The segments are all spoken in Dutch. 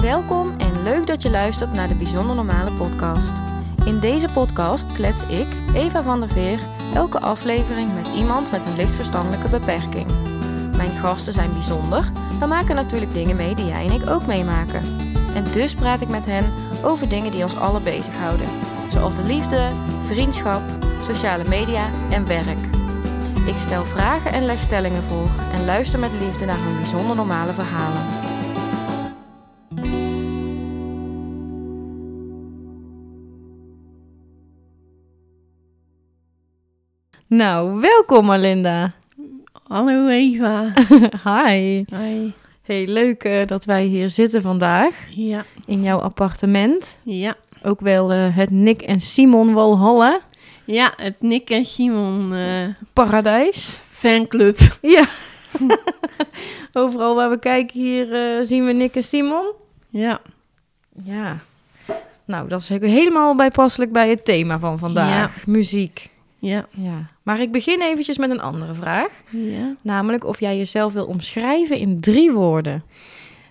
Welkom en leuk dat je luistert naar de Bijzonder Normale Podcast. In deze podcast klets ik, Eva van der Veer, elke aflevering met iemand met een licht verstandelijke beperking. Mijn gasten zijn bijzonder, maar maken natuurlijk dingen mee die jij en ik ook meemaken. En dus praat ik met hen over dingen die ons allen bezighouden, zoals de liefde, vriendschap, sociale media en werk. Ik stel vragen en leg stellingen voor en luister met liefde naar hun bijzonder normale verhalen. Nou, welkom Alinda. Hallo Eva. Hi. Hoi. Hey, leuk eh, dat wij hier zitten vandaag Ja, in jouw appartement. ja. Ook wel eh, het Nick en Simon Walhalla Ja, het Nick en Simon eh, paradijs. fanclub. Ja. Overal waar we kijken hier eh, zien we Nick en Simon. Ja. Ja. Nou, dat is he- helemaal bijpasselijk bij het thema van vandaag. Muziek. Ja. Ja. Maar ik begin eventjes met een andere vraag. Ja. Namelijk of jij jezelf wil omschrijven in drie woorden.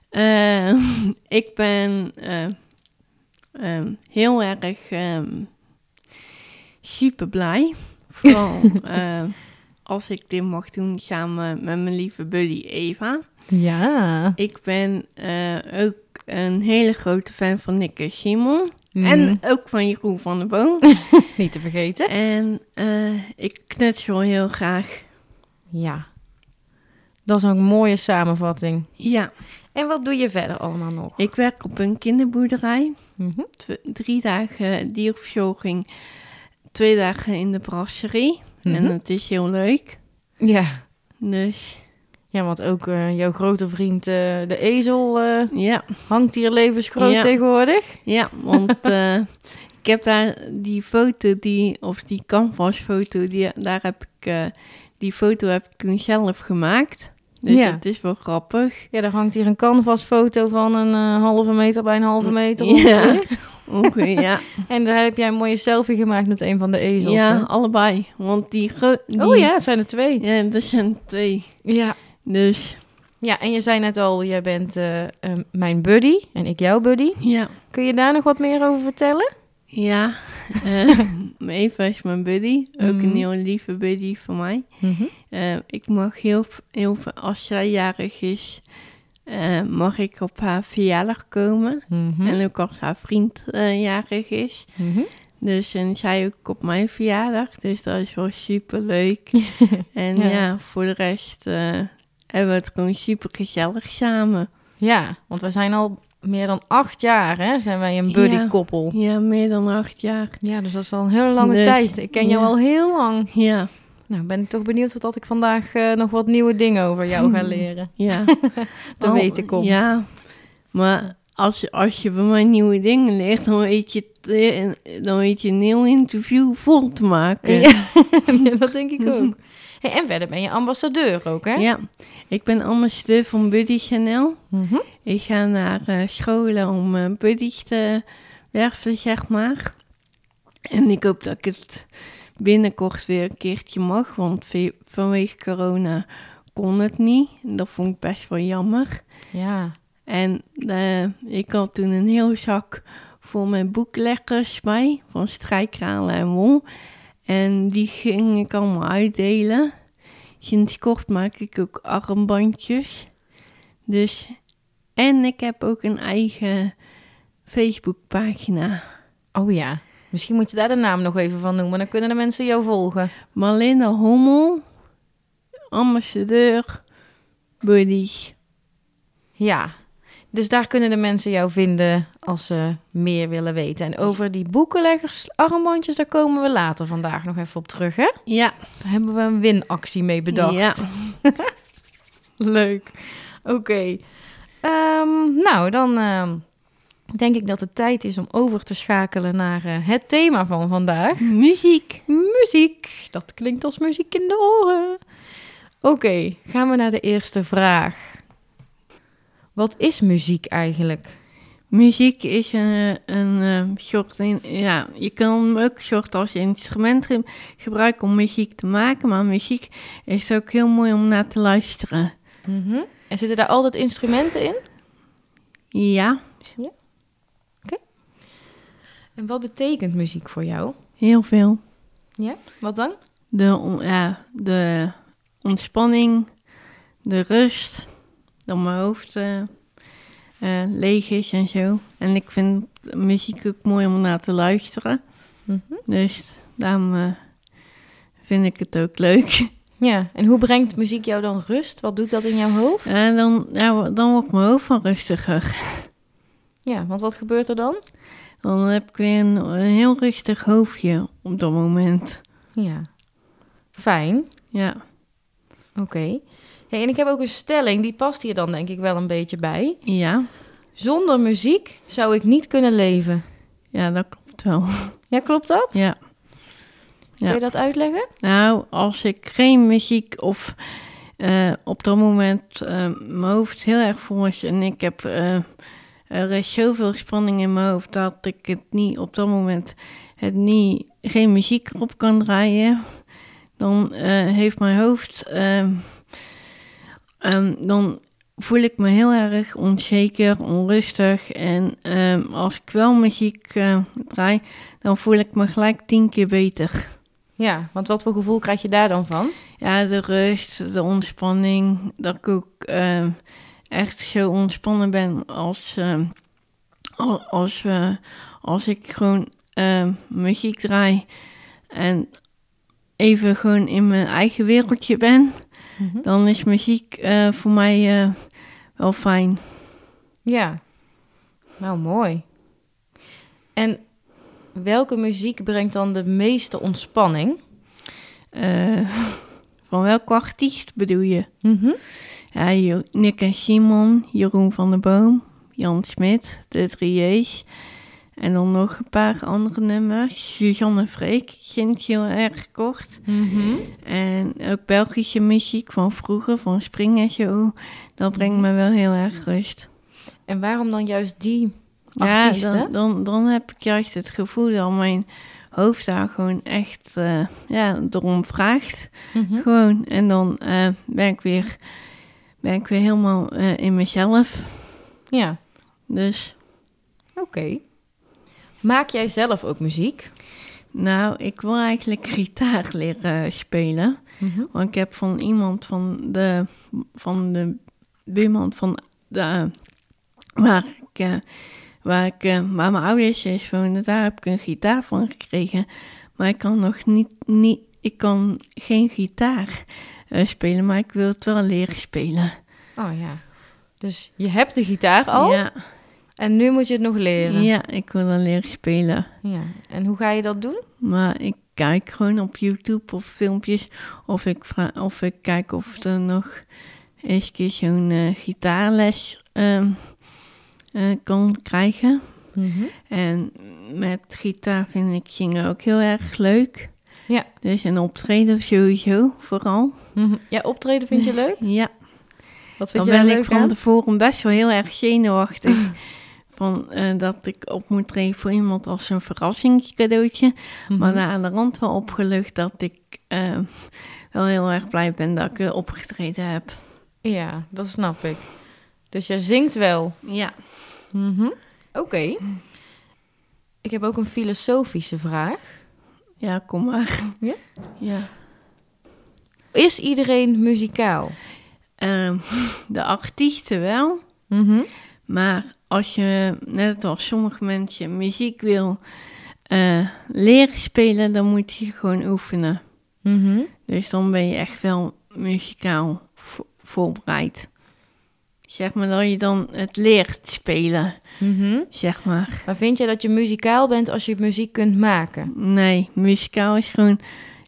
Eh, ik ben eh, ehm, heel erg ehm super blij. Vooral eh, als ik dit mag doen samen met mijn lieve buddy Eva. Ja. Ik ben eh, ook een hele grote fan van Nick en Simon. En ook van Jeroen van der Boom. niet te vergeten. En eh, ik knutsel heel graag. Ja. Dat is een mooie samenvatting. Ja, En wat doe je verder allemaal nog? ik werk op een kinderboerderij. Mhm. Tw- drie dagen dierverzorging, twee dagen in de brasserie. En Mhm. het is heel leuk. Ja. Dus Ja, want ook eh, jouw grote vriend eh, de ezel eh, ja, hangt hier levensgroot Ja. tegenwoordig. ja want eh, ik heb daar die foto, die, of die canvasfoto, die, daar heb ik, eh, die foto heb ik toen zelf gemaakt. Dus Ja. het is wel grappig. Ja, daar hangt hier een canvasfoto van een eh, halve meter bij een halve meter. Ja. ongeveer. Ongeveer, ja. En daar heb jij een mooie selfie gemaakt met een van de ezels. ja, hè? allebei. Want die, gro- die Oh ja, het zijn er twee. Ja, dat zijn twee. Ja. Dus Ja, en je zei net al, jij bent eh, eh, mijn buddy en ik jouw buddy. ja. Kun je daar nog wat meer over vertellen? Ja. eh, Eva is mijn buddy. Ook Mhm. een heel lieve buddy van mij. Eh, ik mag heel, v- heel veel, als zij jarig is, eh, mag ik op haar verjaardag komen. Mhm. En ook als haar vriend eh, jarig is. Mhm. Dus en zij ook op mijn verjaardag. Dus dat is wel super leuk. en Ja. ja. voor de rest eh, hebben we het gewoon super gezellig samen. Ja, want we zijn al meer dan acht jaar, hè? Zijn wij een buddy-koppel. Ja. Ja, meer dan acht jaar. dus dat is al een hele lange Dus, tijd. Ik ken jou ja. al heel lang. Ja, Nou, ben ik toch benieuwd wat dat ik vandaag eh, nog wat nieuwe dingen over jou ga leren. ja. Te Oh, weten kom. Ja, maar als je, als je bij mij nieuwe dingen leert, dan weet je, het- eh, dan weet je een heel interview vol te maken. Ja, ja, dat denk ik ook. Hey, en verder ben je ambassadeur ook, hè? Ja. ik ben ambassadeur van Buddy Chanel. Mhm. Ik ga naar eh, scholen om eh buddies te werven, zeg maar. En ik hoop dat ik het binnenkort weer een keertje mag, want ve- vanwege corona kon het niet. En Dat vond ik best wel jammer. Ja. En eh, ik had toen een heel zak vol mijn boeklekkers bij, van strijkralen en wol. En die ging ik allemaal uitdelen. Sinds kort maak ik ook armbandjes. Dus, en ik heb ook een eigen Facebookpagina. Oh ja. Misschien moet je daar de naam nog even van noemen. Dan kunnen de mensen jou volgen. Marlinda Hommel, ambassadeur, buddies. Ja. Dus daar kunnen de mensen jou vinden als ze meer willen weten. En over die boekenleggersarmbandjes, daar komen we later vandaag nog even op terug, hè? Ja, Daar hebben we een winactie mee bedacht. Ja, Leuk. Oké. Ehm, nou, dan ehm, denk ik dat het tijd is om over te schakelen naar eh, het thema van vandaag. muziek. Muziek. Dat klinkt als muziek in de oren. Oké, gaan we naar de eerste vraag. Wat is muziek eigenlijk? Muziek is een, een eh, soort, in- ja, je kan hem ook soort als instrument ge- gebruiken om muziek te maken, maar muziek is ook heel mooi om naar te luisteren. Mhm. En zitten daar altijd instrumenten in? Ja, thuis. En wat betekent muziek voor jou? Heel veel. Ja, wat dan? De, on- ja, de ontspanning, de rust, dat mijn hoofd eh, eh, leeg is en zo. En ik vind muziek ook mooi om naar te luisteren. Mhm. Dus daarom eh, vind ik het ook leuk. Ja, en hoe brengt muziek jou dan rust? Wat doet dat in jouw hoofd? En dan, ja, dan wordt mijn hoofd van rustiger. Ja, want wat gebeurt er dan? Dan heb ik weer een, een heel rustig hoofdje op dat moment. Ja. Fijn. Ja. Oké. Hey, en ik heb ook een stelling, die past hier dan denk ik wel een beetje bij. Ja. Zonder muziek zou ik niet kunnen leven. ja, dat klopt wel. Ja, klopt dat? Ja. Kun Ja. je dat uitleggen? Nou, als ik geen muziek of eh, op dat moment eh, mijn hoofd heel erg vol is en ik heb eh, er is zoveel spanning in mijn hoofd dat ik het niet op dat moment het niet, geen muziek erop kan draaien, dan eh, heeft mijn hoofd ehm, ehm, dan voel ik me heel erg onzeker, onrustig en ehm, als ik wel muziek eh, draai, dan voel ik me gelijk tien keer beter. Ja, want wat voor gevoel krijg je daar dan van? Ja, de rust, de ontspanning. Dat ik ook ehm, echt zo ontspannen ben als, ehm, al- als, eh, als ik gewoon ehm, muziek draai en even gewoon in mijn eigen wereldje ben. Dan is muziek eh, voor mij eh, wel fijn. Ja. Nou, mooi. En welke muziek brengt dan de meeste ontspanning? Eh, van welke artiest bedoel je? Mhm. Ja, Jo- Nick en Simon, Jeroen van der Boom, Jan Smit, de drie J's. En dan nog een paar andere nummers. Suzanne Freek, sinds heel erg kort. Mhm. En ook Belgische muziek van vroeger, van Spring en zo. Dat brengt me wel heel erg rust. En waarom dan juist die Ja, artiesten? dan, dan, dan heb ik juist het gevoel dat mijn hoofd daar gewoon echt eh, ja, erom vraagt. Mhm. Gewoon. En dan eh, ben, ik weer, ben ik weer helemaal eh, in mezelf. Ja, Dus oké. Maak jij zelf ook muziek? Nou, ik wil eigenlijk gitaar leren spelen. Want ik heb van iemand van de, van de buurman van de, waar ik, eh, waar, ik eh, waar mijn ouders is wonen, daar heb ik een gitaar van gekregen. Maar ik kan nog niet, niet ik kan geen gitaar eh, spelen, maar ik wil het wel leren spelen. Oh ja. Dus je hebt de gitaar al Ja, en nu moet je het nog leren. ja, ik wil wel leren spelen. Ja. En hoe ga je dat doen? Maar ik kijk gewoon op YouTube of filmpjes. Of ik, vra- of ik kijk of er nog eens een keer zo'n eh, gitaarles ehm, eh, kan krijgen. Mhm. En met gitaar vind ik zingen ook heel erg leuk. Ja. Dus een optreden sowieso, vooral. Mhm. Ja, optreden vind je leuk? Ja, Wat vind dan je daar ben ik leuk van aan? tevoren best wel heel erg zenuwachtig. Van, eh, dat ik op moet treden voor iemand als een verrassingscadeautje. Mhm. Maar na aan de rand wel opgelucht dat ik eh, wel heel erg blij ben dat ik eh, opgetreden heb. Ja, dat snap ik. Dus jij zingt wel. Ja. Oké. Mhm. Ik heb ook een filosofische vraag. Ja, kom maar. Ja? Ja. Is iedereen muzikaal? Ehm, de artiesten wel, Mhm. maar als je, net als sommige mensen, muziek wil eh, leren spelen, dan moet je gewoon oefenen. Mhm. Dus dan ben je echt wel muzikaal vo- voorbereid. Zeg maar dat je dan het leert spelen, Mhm. zeg maar. Maar vind je dat je muzikaal bent als je muziek kunt maken? Nee, muzikaal is gewoon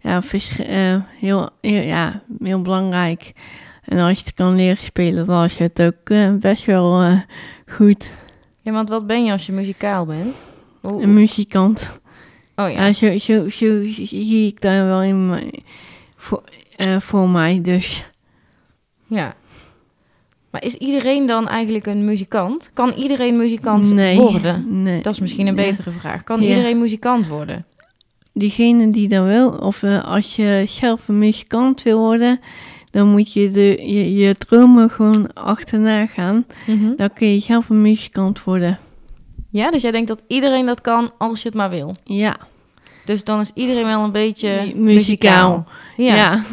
ja, vers- eh, heel, heel- ja, heel belangrijk. En als je het kan leren spelen, dan is het ook eh, best wel eh, goed. Ja, want wat ben je als je muzikaal bent? Hoe- Een muzikant. oh ja. Ja, zo, zo, zo zie ik daar wel in mijn- voor, eh, voor mij. Dus ja. Maar is iedereen dan eigenlijk een muzikant? Kan iedereen muzikant nee, worden? Nee. Dat is misschien een Nee. betere vraag. Kan Ja. iedereen muzikant worden? Diegene die dat wil, of eh, als je zelf een muzikant wil worden, dan moet je de, Mhm. je, je dromen gewoon achterna gaan. Dan kun je zelf een muzikant worden. Ja, dus jij denkt dat iedereen dat kan als je het maar wil. Ja, Dus dan is iedereen wel een beetje Mu- muzikaal. muzikaal. Ja.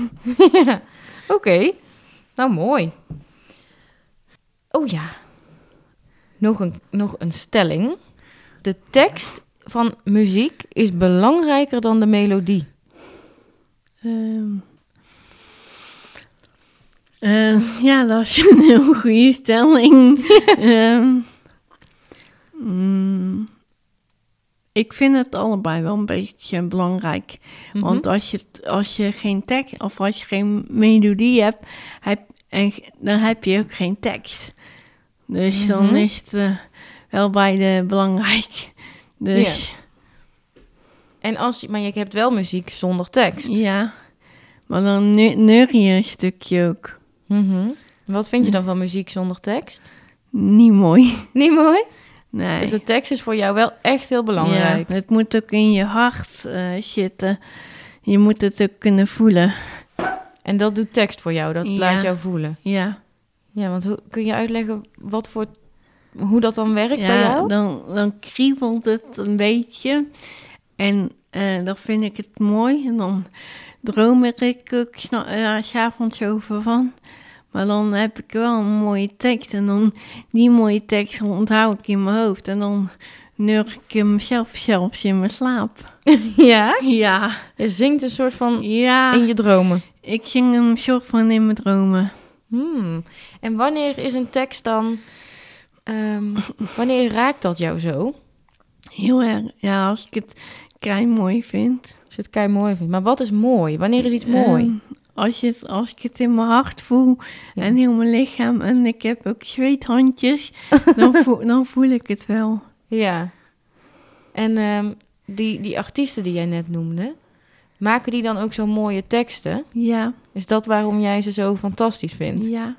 Ja. Oké. Nou, mooi. Oh ja. Nog een, nog een stelling. De tekst van muziek is belangrijker dan de melodie. Ehm. Eh, ja, dat is een heel goede stelling. Ehm. Mm. ik vind het allebei wel een beetje belangrijk. Mhm. Want als je, t- als je geen tekst of als je geen melodie hebt, heb, en, g- dan heb je ook geen tekst. Dus dan Mhm. is het eh, wel beide belangrijk. Dus en als, je- maar je hebt wel muziek zonder tekst. ja, maar dan neur- neur je een stukje ook. Mhm. Wat vind je dan van muziek zonder tekst? Niet mooi. Niet mooi. Nee. Dus de tekst is voor jou wel echt heel belangrijk. Ja, het moet ook in je hart eh, zitten. Je moet het ook kunnen voelen. En dat doet tekst voor jou. Dat Ja. laat jou voelen. Ja. Ja, want hoe, kun je uitleggen wat voor, hoe dat dan werkt bij ja jou? dan, dan kriebelt het een beetje. En eh, dan vind ik het mooi. En dan droom er ik ook sna- eh, s'avonds over van. Maar dan heb ik wel een mooie tekst. En dan die mooie tekst onthoud ik in mijn hoofd. En dan nurk ik hem zelf zelfs in mijn slaap. Ja? Ja. Je zingt een soort van in Ja. je dromen. Ik zing hem soort van in mijn dromen. Hmm. En wanneer is een tekst dan... ehm, wanneer raakt dat jou zo? Heel erg. Ja, als ik het kei mooi vind. Als je het kei mooi vindt. Maar wat is mooi? Wanneer is iets mooi? Ehm, als, je het, als ik het in mijn hart voel Ja. en heel mijn lichaam en ik heb ook zweethandjes, dan, voel, dan voel ik het wel. Ja. En ehm, die, die artiesten die jij net noemde... maken die dan ook zo'n mooie teksten? Ja, Is dat waarom jij ze zo fantastisch vindt? ja.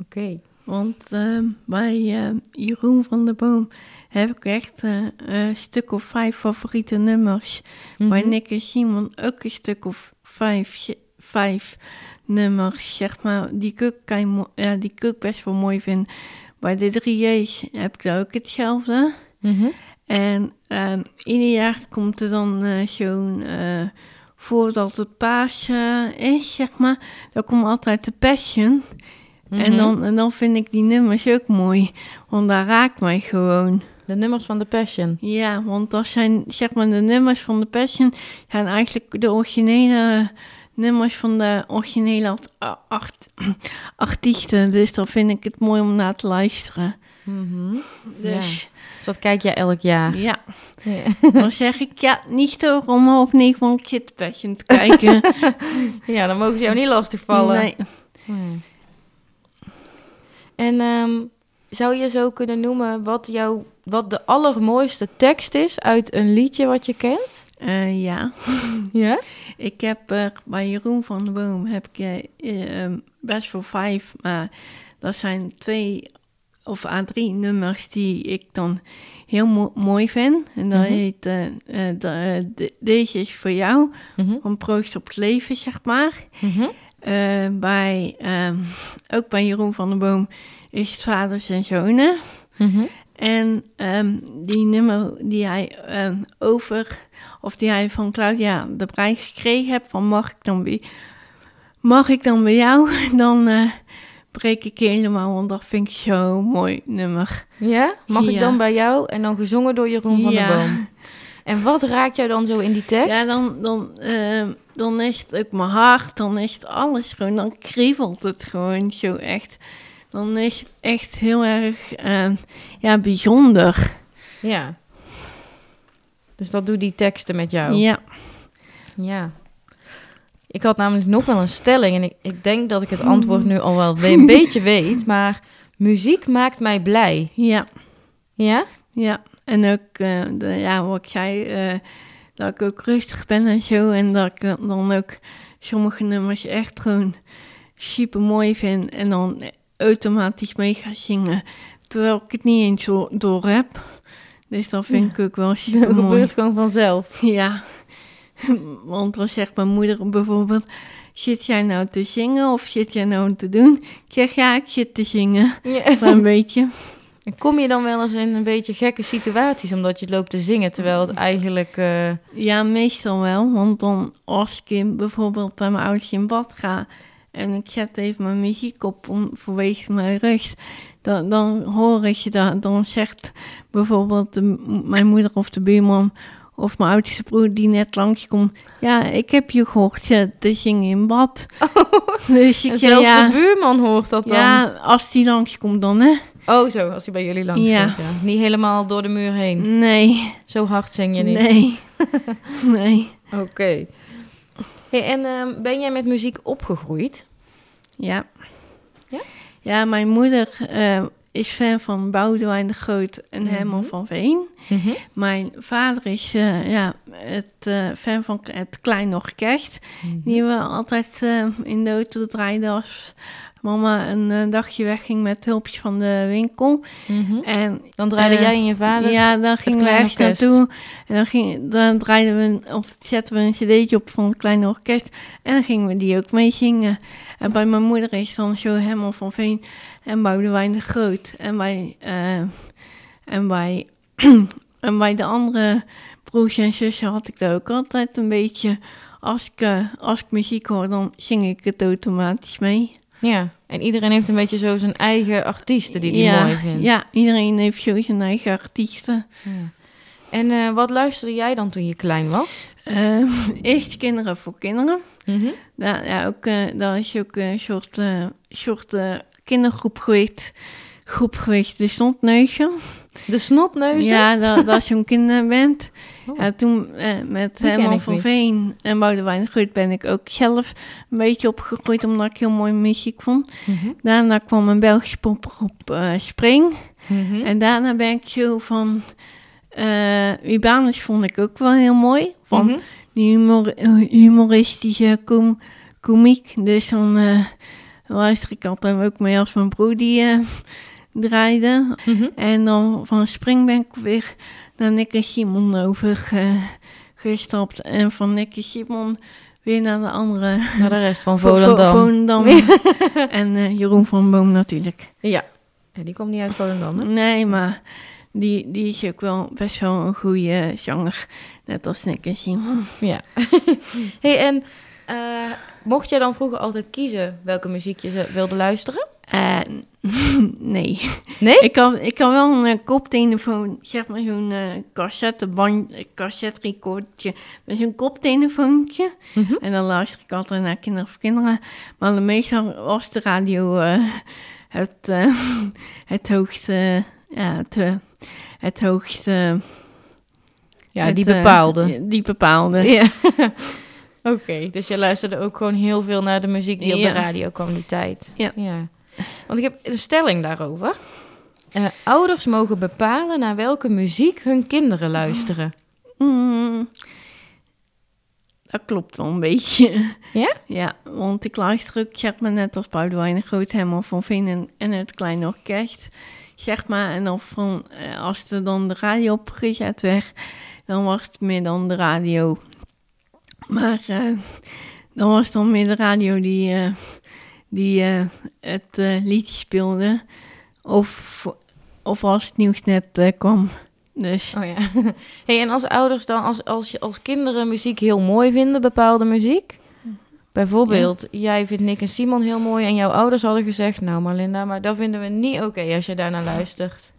Oké. Want ehm, bij ehm, Jeroen van der Boom heb ik echt eh, een stuk of vijf favoriete nummers. Bij Mhm. Nick en Simon ook een stuk of vijf, z- vijf nummers, zeg maar, die ik, ook kei mo- ja, die ik ook best wel mooi vind. Bij de 3J's heb ik daar ook hetzelfde. Mhm. En ehm, ieder jaar komt er dan eh, zo'n, eh, voordat het paas eh, is, zeg maar, dan komt altijd de Passion. en, Mhm. dan, en dan vind ik die nummers ook mooi, want daar raakt mij gewoon. De nummers van The Passion. Ja, want dat zijn zeg maar de nummers van de Passion zijn eigenlijk de originele nummers van de originele art- a- art- artiesten. Dus dan vind ik het mooi om naar te luisteren. Mhm. Dus Dus dat kijk jij elk ja, jaar. Ja. dan zeg ik ja, niet zo om half negen, want ik zit Passion te kijken. Ja, dan mogen ze jou niet lastigvallen. Nee. Nee. Hmm. En ehm, zou je zo kunnen noemen wat, jouw, wat de allermooiste tekst is uit een liedje wat je kent? Eh, ja, Ja? ik heb er bij Jeroen van der Boom heb ik eh, eh, ehm, best wel vijf, maar dat zijn twee of aan drie nummers die ik dan heel mo- mooi vind. En dat Mhm. heet, eh, eh, de- eh, de- deze is voor jou, Mhm. van Proost op het leven, zeg maar. Eh, bij, ehm, ook bij Jeroen van der Boom is het vaders en zonen. Mhm. En ehm, die nummer die hij ehm, over, of die hij van Claudia de prijs gekregen heeft, van mag ik dan bij, mag ik dan bij jou, dan eh, breek ik helemaal, want dat vind ik zo'n mooi nummer. Ja? Mag ik Ja. dan bij jou? En dan gezongen door Jeroen van Ja. der Boom. En wat raakt jou dan zo in die tekst? Ja, dan, dan, ehm, dan is het ook mijn hart, dan is het alles gewoon, dan kriebelt het gewoon zo echt. Dan is het echt heel erg ehm, ja, bijzonder. Ja. Dus dat doen die teksten met jou? Ja. Ja. Ik had namelijk nog wel een stelling en ik, ik denk dat ik het antwoord nu al wel we- een beetje weet, maar muziek maakt mij blij. ja. Ja? Ja, en ook eh, de, ja, wat ik zei, eh, dat ik ook rustig ben en zo. En dat ik dan ook sommige nummers echt gewoon super mooi vind. En dan automatisch mee ga zingen. Terwijl ik het niet eens zo door heb. Dus dat vind ik ook wel Dat super mooi. gebeurt gewoon vanzelf. Ja, want dan zegt mijn moeder bijvoorbeeld. Zit jij nou te zingen of zit jij nou te doen? Ik zeg ja, ik zit te zingen. Ja. Maar een beetje. En kom je dan wel eens in een beetje gekke situaties omdat je het loopt te zingen terwijl het eigenlijk. eh, Ja, meestal wel. Want dan als ik in- bijvoorbeeld bij mijn ouders in bad ga en ik zet even mijn muziek op om, vanwege mijn rust, dan, dan hoor ik je dat. Dan zegt bijvoorbeeld de, mijn moeder of de buurman of mijn oudste broer die net langskomt, ja, ik heb je gehoord je te zingen in bad. dus Oh. en ik zeg, zelfs de ja, buurman hoort dat dan. ja, als die langskomt dan, hè? Oh, zo, als hij bij jullie langs Ja. komt. Ja. Niet helemaal door de muur heen. Nee, Zo hard zing je niet. nee, nee. Oké. Hey, en ehm, ben jij met muziek opgegroeid? Ja. Ja? Ja, mijn moeder eh, is fan van Boudewijn de Groot en Mhm. Herman van Veen. Mijn vader is eh, ja, het, eh, fan van het Klein Orkest. Mhm. Die we altijd eh, in de auto draaiden als mama een eh, dagje wegging met hulpjes van de winkel. Mhm. En Dan draaide Eh, jij en je vader. ja, dan gingen we Klein ergens Orkest. naartoe. En dan, ging, dan draaiden we, een- of zetten we een cd'tje op van het kleine orkest. En dan gingen we die ook mee zingen. En bij mijn moeder is dan zo Herman van Veen en Boudewijn de Groot. En bij, eh, en bij, en bij de andere broers en zussen had ik dat ook altijd een beetje. Als ik, eh, als ik muziek hoor, dan zing ik het automatisch mee. Ja. En iedereen heeft een beetje zo zijn eigen artiesten die die ja, mooi vindt. Ja, iedereen heeft zo zijn eigen artiesten. Ja. En eh, wat luisterde jij dan toen je klein was? Eh, eerst kinderen voor kinderen. Mhm. Daar, ja, ook, eh, daar is ook een soort, eh, soort eh, kindergroep geweest. Groep geweest, de stondneusje. De snotneuzen? Ja, dat, dat is zo'n kinderband. Oh. Ja, toen eh, met ken ik Herman van niet. Veen en Boudewijn de Groot ben ik ook zelf een beetje opgegroeid, omdat ik heel mooi muziek vond. Mhm. Daarna kwam een Belgische popgroep eh, Spring. Mhm. En daarna ben ik zo van... eh Urbanus vond ik ook wel heel mooi. Van, Mhm. die humor, humoristische kom, komiek. Dus dan eh, luister ik altijd ook mee als mijn broer die eh, draaide. Mhm. En dan van Spring ben ik weer naar Nick en Simon over eh, gestapt. En van Nick en Simon weer naar de andere. Naar de rest van Volendam. Vo- Volendam. en eh, Jeroen van Boom natuurlijk. ja. Mm. ja. Die komt niet uit Volendam, hè? Nee, maar die, die is ook wel best wel een goede zanger. Net als Nick en Simon. Ja. hey, en eh, mocht jij dan vroeger altijd kiezen welke muziek je ze- wilde luisteren? Eh, nee. Nee? Ik kan, ik kan wel een eh, koptelefoon, zeg maar zo'n eh cassetteband, eh, cassetterecordje met zo'n koptelefoontje. Mhm. En dan luister ik altijd naar Kinderen voor Kinderen. Maar meestal was de radio eh, het, eh, het hoogste, ja, het, eh, het hoogste... Ja, het, die eh, bepaalde. die bepaalde. Ja. Oké, dus je luisterde ook gewoon heel veel naar de muziek die Ja. op de radio kwam die tijd. Ja. Want ik heb een stelling daarover. Eh, ouders mogen bepalen naar welke muziek hun kinderen luisteren. Mm, dat klopt wel een beetje. Ja? Ja, want ik luister ook, zeg maar, net als Boudewijn de Groot, Herman van Veen en, en het Kleine Orkest. Zeg maar, en dan van, eh, als er dan de radio opgezet werd, dan was het meer dan de radio. Maar eh, dan was het dan meer de radio die, eh, die eh, het eh, lied speelde. Of, of als het nieuws net eh, kwam. Dus... Oh ja. Hey, en als ouders dan, als, als, je- als kinderen muziek heel mooi vinden, bepaalde muziek. Hm. Bijvoorbeeld, jij vindt Nick en Simon heel mooi en jouw ouders hadden gezegd... Nou Marlinda, maar dat vinden we niet oké als je daarnaar luistert.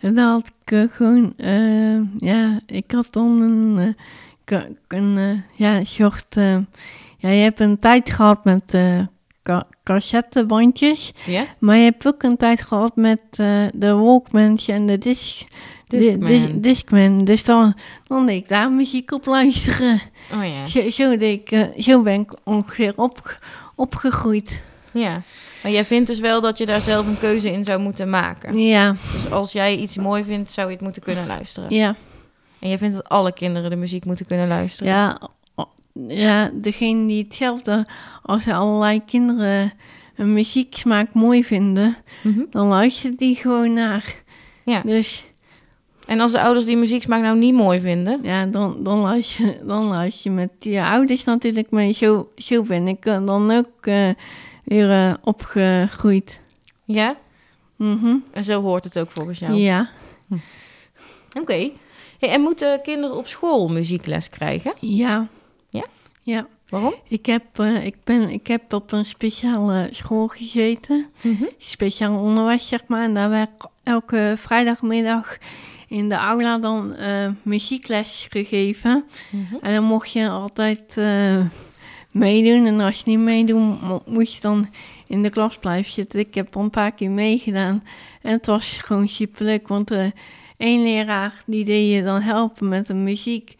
En dan had ik eh, gewoon, eh, ja, ik had dan een, eh, ka- een eh, ja, soort, eh, ja, je hebt een tijd gehad met eh ka- cassettebandjes, Ja? maar je hebt ook een tijd gehad met eh, de Walkmans en de disc, de- Discman. dis- Discman. Dus dan, dan deed ik daar muziek op luisteren. Oh ja. Zo, zo, deed ik, eh, zo ben ik ongeveer op, opgegroeid. Ja, maar jij vindt dus wel dat je daar zelf een keuze in zou moeten maken. Ja, Dus als jij iets mooi vindt, zou je het moeten kunnen luisteren. ja. En jij vindt dat alle kinderen de muziek moeten kunnen luisteren. Ja, o- ja, degene die hetzelfde als er allerlei kinderen een muzieksmaak mooi vinden, Mhm. dan luistert die gewoon naar. Ja. Dus En als de ouders die muzieksmaak nou niet mooi vinden... ja, dan, dan, luister, dan luister je met je ouders natuurlijk mee. Zo, zo ben ik eh, dan ook eh, weer eh, opgegroeid. Ja? Mhm. En zo hoort het ook volgens jou. Ja. Oké. Hey, en moeten kinderen op school muziekles krijgen? Ja. Ja? Ja. Waarom? Ik heb, eh, ik, ben, ik heb op een speciale school gezeten. Mhm. speciaal onderwijs, zeg maar. En daar werd elke vrijdagmiddag in de aula dan eh, muziekles gegeven. Mhm. En dan mocht je altijd eh, meedoen. En als je niet meedoet, mo- moest je dan in de klas blijven zitten. Ik heb al een paar keer meegedaan. En het was gewoon superleuk, want eh één leraar die deed je dan helpen met de muziek.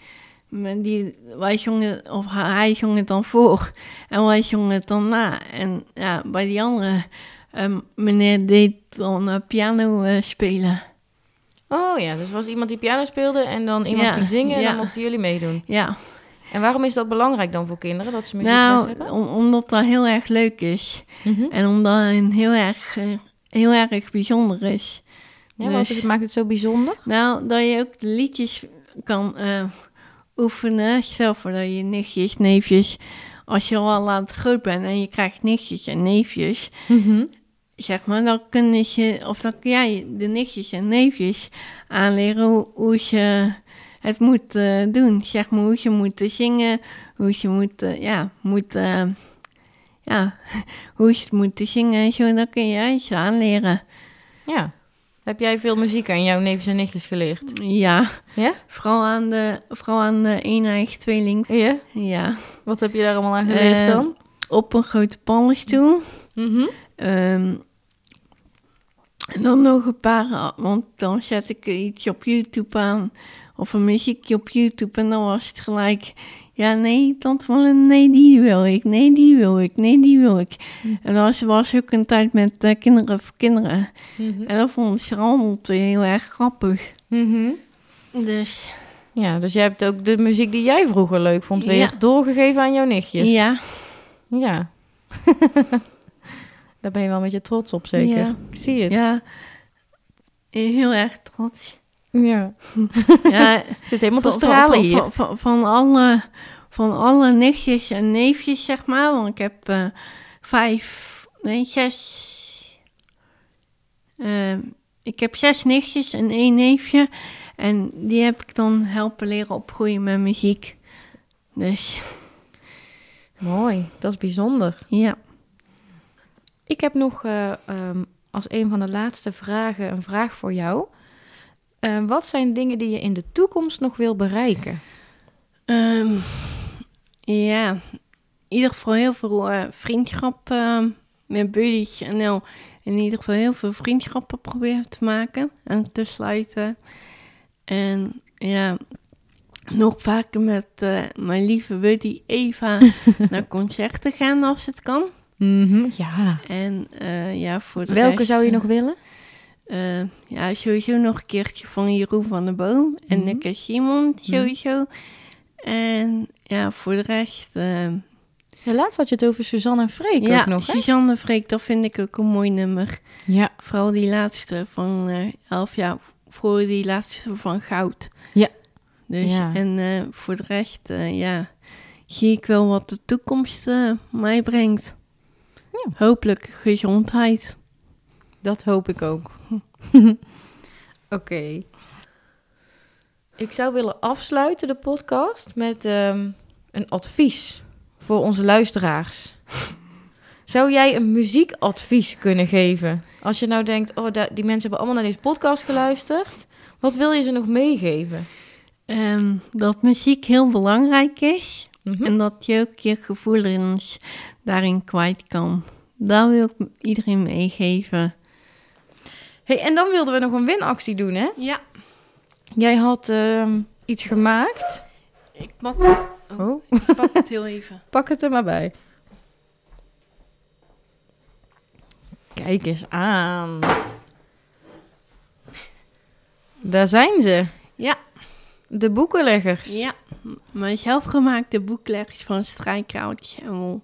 Maar Die, wij zongen, of hij zong het dan voor en wij zongen het dan na. En ja, bij die andere eh, meneer deed dan eh, piano eh, spelen. Oh ja, dus er was iemand die piano speelde en dan iemand Ja, ging zingen en ja. dan mochten jullie meedoen. Ja, En waarom is dat belangrijk dan voor kinderen, dat ze muziekles nou, hebben? om- omdat dat heel erg leuk is. Mhm. En omdat het heel erg, eh, heel erg bijzonder is. Ja, want dus- het maakt het zo bijzonder. Nou, dat je ook de liedjes kan eh, oefenen. Stel voor dat je nichtjes, neefjes... Als je al laat groot bent en je krijgt nichtjes en neefjes... Zeg maar, dan kunnen ze... Of dan kun jij de nichtjes en neefjes aanleren hoe, hoe ze het moet eh, doen. Zeg maar, hoe ze moeten zingen. Hoe ze moeten... Ja, moeten... eh, ja, hoe ze het moeten zingen en zo. Dan kun jij ze aanleren. Ja. Heb jij veel muziek aan jouw neefjes en nichtjes geleerd? Ja. Ja? Vooral aan de, vooral aan de eenheid tweeling. Ja? Ja. Wat heb je daar allemaal aan geleerd Eh, dan? Op een grote paddenstoel. Mhm. Ehm, en dan nog een paar, want dan zet ik iets op YouTube aan. Of een muziekje op YouTube. En dan was het gelijk. Ja, nee, tante Marleen, nee, die wil ik. Nee, die wil ik. Nee, die wil ik. En dat was, was ook een tijd met eh, kinderen voor kinderen. Mhm. En dat vonden ze allemaal twee heel erg grappig. Mhm. Dus Ja, dus jij hebt ook de muziek die jij vroeger leuk vond weer Ja. doorgegeven aan jouw nichtjes. ja. Ja. Daar ben je wel met je trots op, zeker. Ja. Ik zie het. Ja, heel erg trots. Ja. Ja, Het zit helemaal te van- stralen van, hier. van, van, van alle, van alle nichtjes en neefjes, zeg maar. Want ik heb eh, vijf, nee, zes. Ehm, ik heb zes nichtjes en één neefje. En die heb ik dan helpen leren opgroeien met muziek. Dus Mooi, dat is bijzonder. ja. Ik heb nog eh, ehm, als een van de laatste vragen een vraag voor jou. Eh, wat zijn dingen die je in de toekomst nog wil bereiken? Ehm, ja, in ieder geval heel veel eh, vriendschap ehm, met buddies en heel- in ieder geval heel veel vriendschappen proberen te maken en te sluiten. En ja, nog vaker met eh, mijn lieve buddy Eva naar concerten gaan als het kan. Mhm, Ja. En eh, ja, voor de Welke rest, zou je eh, nog willen? eh, ja, sowieso nog een keertje van Jeroen van der Boom en Mhm. Nick en Simon sowieso. En ja, voor de rest... eh, Ja, laatst had je het over Suzanne en Freek ja, ook nog, hè? Suzanne Freek, dat vind ik ook een mooi nummer. Ja. Vooral die laatste van eh, elf jaar, voor die laatste van Goud. Ja. Dus, Ja. En eh, voor de rest, eh, ja, zie ik wel wat de toekomst eh, mij brengt. Ja. Hopelijk gezondheid. Dat hoop ik ook. Oké. Ik zou willen afsluiten de podcast met ehm, een advies voor onze luisteraars. zou jij een muziekadvies kunnen geven? Als je nou denkt, oh, da- die mensen hebben allemaal naar deze podcast geluisterd. Wat wil je ze nog meegeven? Ehm, dat muziek heel belangrijk is. Mhm. En dat je ook je gevoelens daarin kwijt kan. Dat wil ik iedereen meegeven. Hey, en dan wilden we nog een winactie doen, hè? Ja, Jij had ehm, iets gemaakt. ik pak, Oh, pak het heel even. pak het er maar bij. Kijk eens aan. Daar zijn ze. Ja. De boekenleggers. Ja, m- mijn zelfgemaakte boekleggers van strijkraaltjes en wol.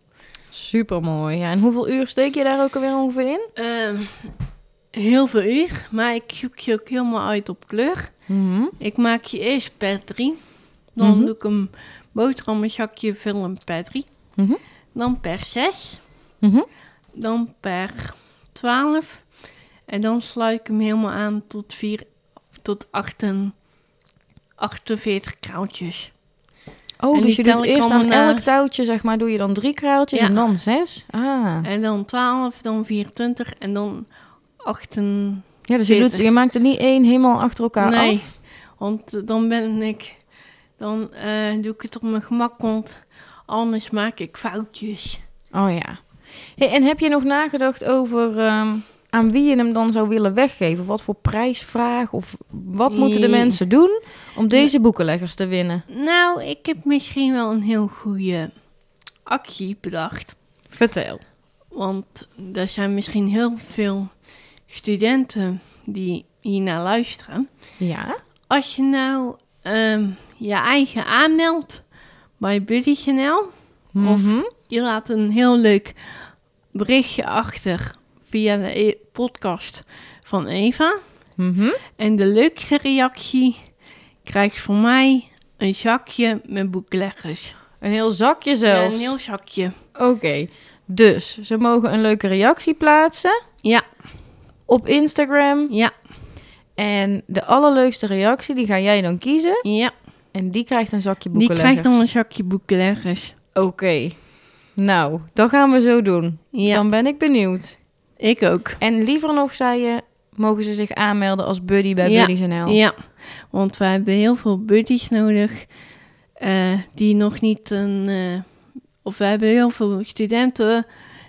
Supermooi. Ja, en hoeveel uur steek je daar ook alweer ongeveer in? Ehm, heel veel uur, maar ik zoek je ook helemaal uit op kleur. Ik maak je eerst per drie. Dan Mhm. doe ik een boterhammenzakje film per drie. Mhm. Dan per zes. Mhm. Dan per twaalf. En dan sluit ik hem helemaal aan tot, vier, tot achten- 48 kraaltjes. Oh, En dus die je tel doet ik eerst aan allemaal elk naast. touwtje, zeg maar, doe je dan drie kraaltjes Ja. en dan zes? Ah. En dan 12, dan 24 en dan 18. Ja, dus je, doet, veertig. je maakt er niet één helemaal achter elkaar nee, af? want eh, dan ben ik, dan eh, doe ik het op mijn gemak, want anders maak ik foutjes. Oh ja. Hey, en heb je nog nagedacht over ehm, aan wie je hem dan zou willen weggeven? Of Wat voor prijsvraag? Of wat moeten de Nee. mensen doen om deze boekenleggers te winnen? Nou, ik heb misschien wel een heel goede actie bedacht. Vertel. Want er zijn misschien heel veel studenten die hiernaar luisteren. Ja? Als je nou ehm, je eigen aanmeldt bij BuddyGNL, Mhm. je laat een heel leuk berichtje achter via de e- podcast van Eva. Mhm. En de leukste reactie krijgt voor mij een zakje met boekleggers. Een heel zakje Ja, zelfs. een heel zakje. Oké. Dus ze mogen een leuke reactie plaatsen Ja, op Instagram. ja, En de allerleukste reactie, die ga jij dan kiezen. ja. En die krijgt een zakje Die boekenleggers. krijgt dan een zakje boekleggers. Oké. Nou, dat gaan we zo doen. Ja, Dan ben ik benieuwd. ik ook. En liever nog, zei je, mogen ze zich aanmelden als buddy bij Ja, Buddies NL. Ja, want we hebben heel veel buddies nodig eh, die nog niet een. eh, of we hebben heel veel studenten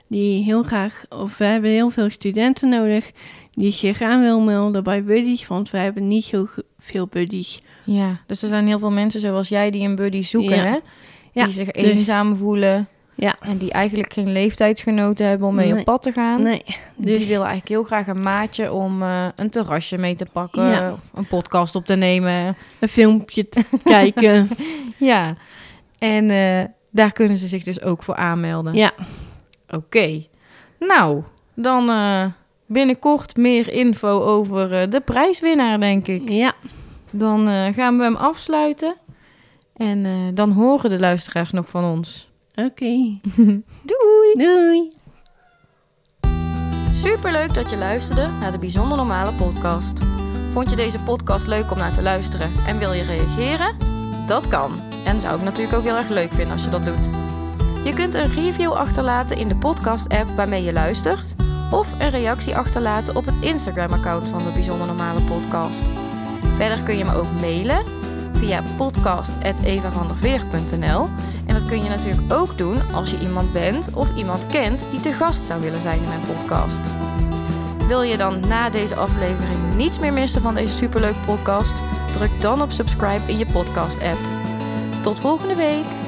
die heel graag. Of we hebben heel veel studenten nodig die zich aan wil melden bij buddies, want we hebben niet zo ge- veel buddies. Ja, dus er zijn heel veel mensen zoals jij die een buddy zoeken, Ja. hè? Die Ja, zich dus- eenzaam voelen. Ja. En die eigenlijk geen leeftijdsgenoten hebben om mee Nee. op pad te gaan. Nee, En dus Die willen eigenlijk heel graag een maatje om eh, een terrasje mee te pakken. Ja. Of een podcast op te nemen. een filmpje te kijken. Ja. En eh, daar kunnen ze zich dus ook voor aanmelden. Ja, Oké. Nou, dan eh, binnenkort meer info over eh, de prijswinnaar, denk ik. ja, Dan eh, gaan we hem afsluiten. En eh, dan horen de luisteraars nog van ons. oké. Doei! Doei. Superleuk dat je luisterde naar de Bijzonder Normale podcast. Vond je deze podcast leuk om naar te luisteren en wil je reageren? Dat kan. En zou ik natuurlijk ook heel erg leuk vinden als je dat doet. Je kunt een review achterlaten in de podcast-app waarmee je luistert. Of een reactie achterlaten op het Instagram-account van de Bijzonder Normale podcast. Verder kun je me ook mailen via podcast.evavanderveer.nl. En dat kun je natuurlijk ook doen als je iemand bent of iemand kent die te gast zou willen zijn in mijn podcast. Wil je dan na deze aflevering niets meer missen van deze superleuke podcast? Druk dan op subscribe in je podcast app. Tot volgende week!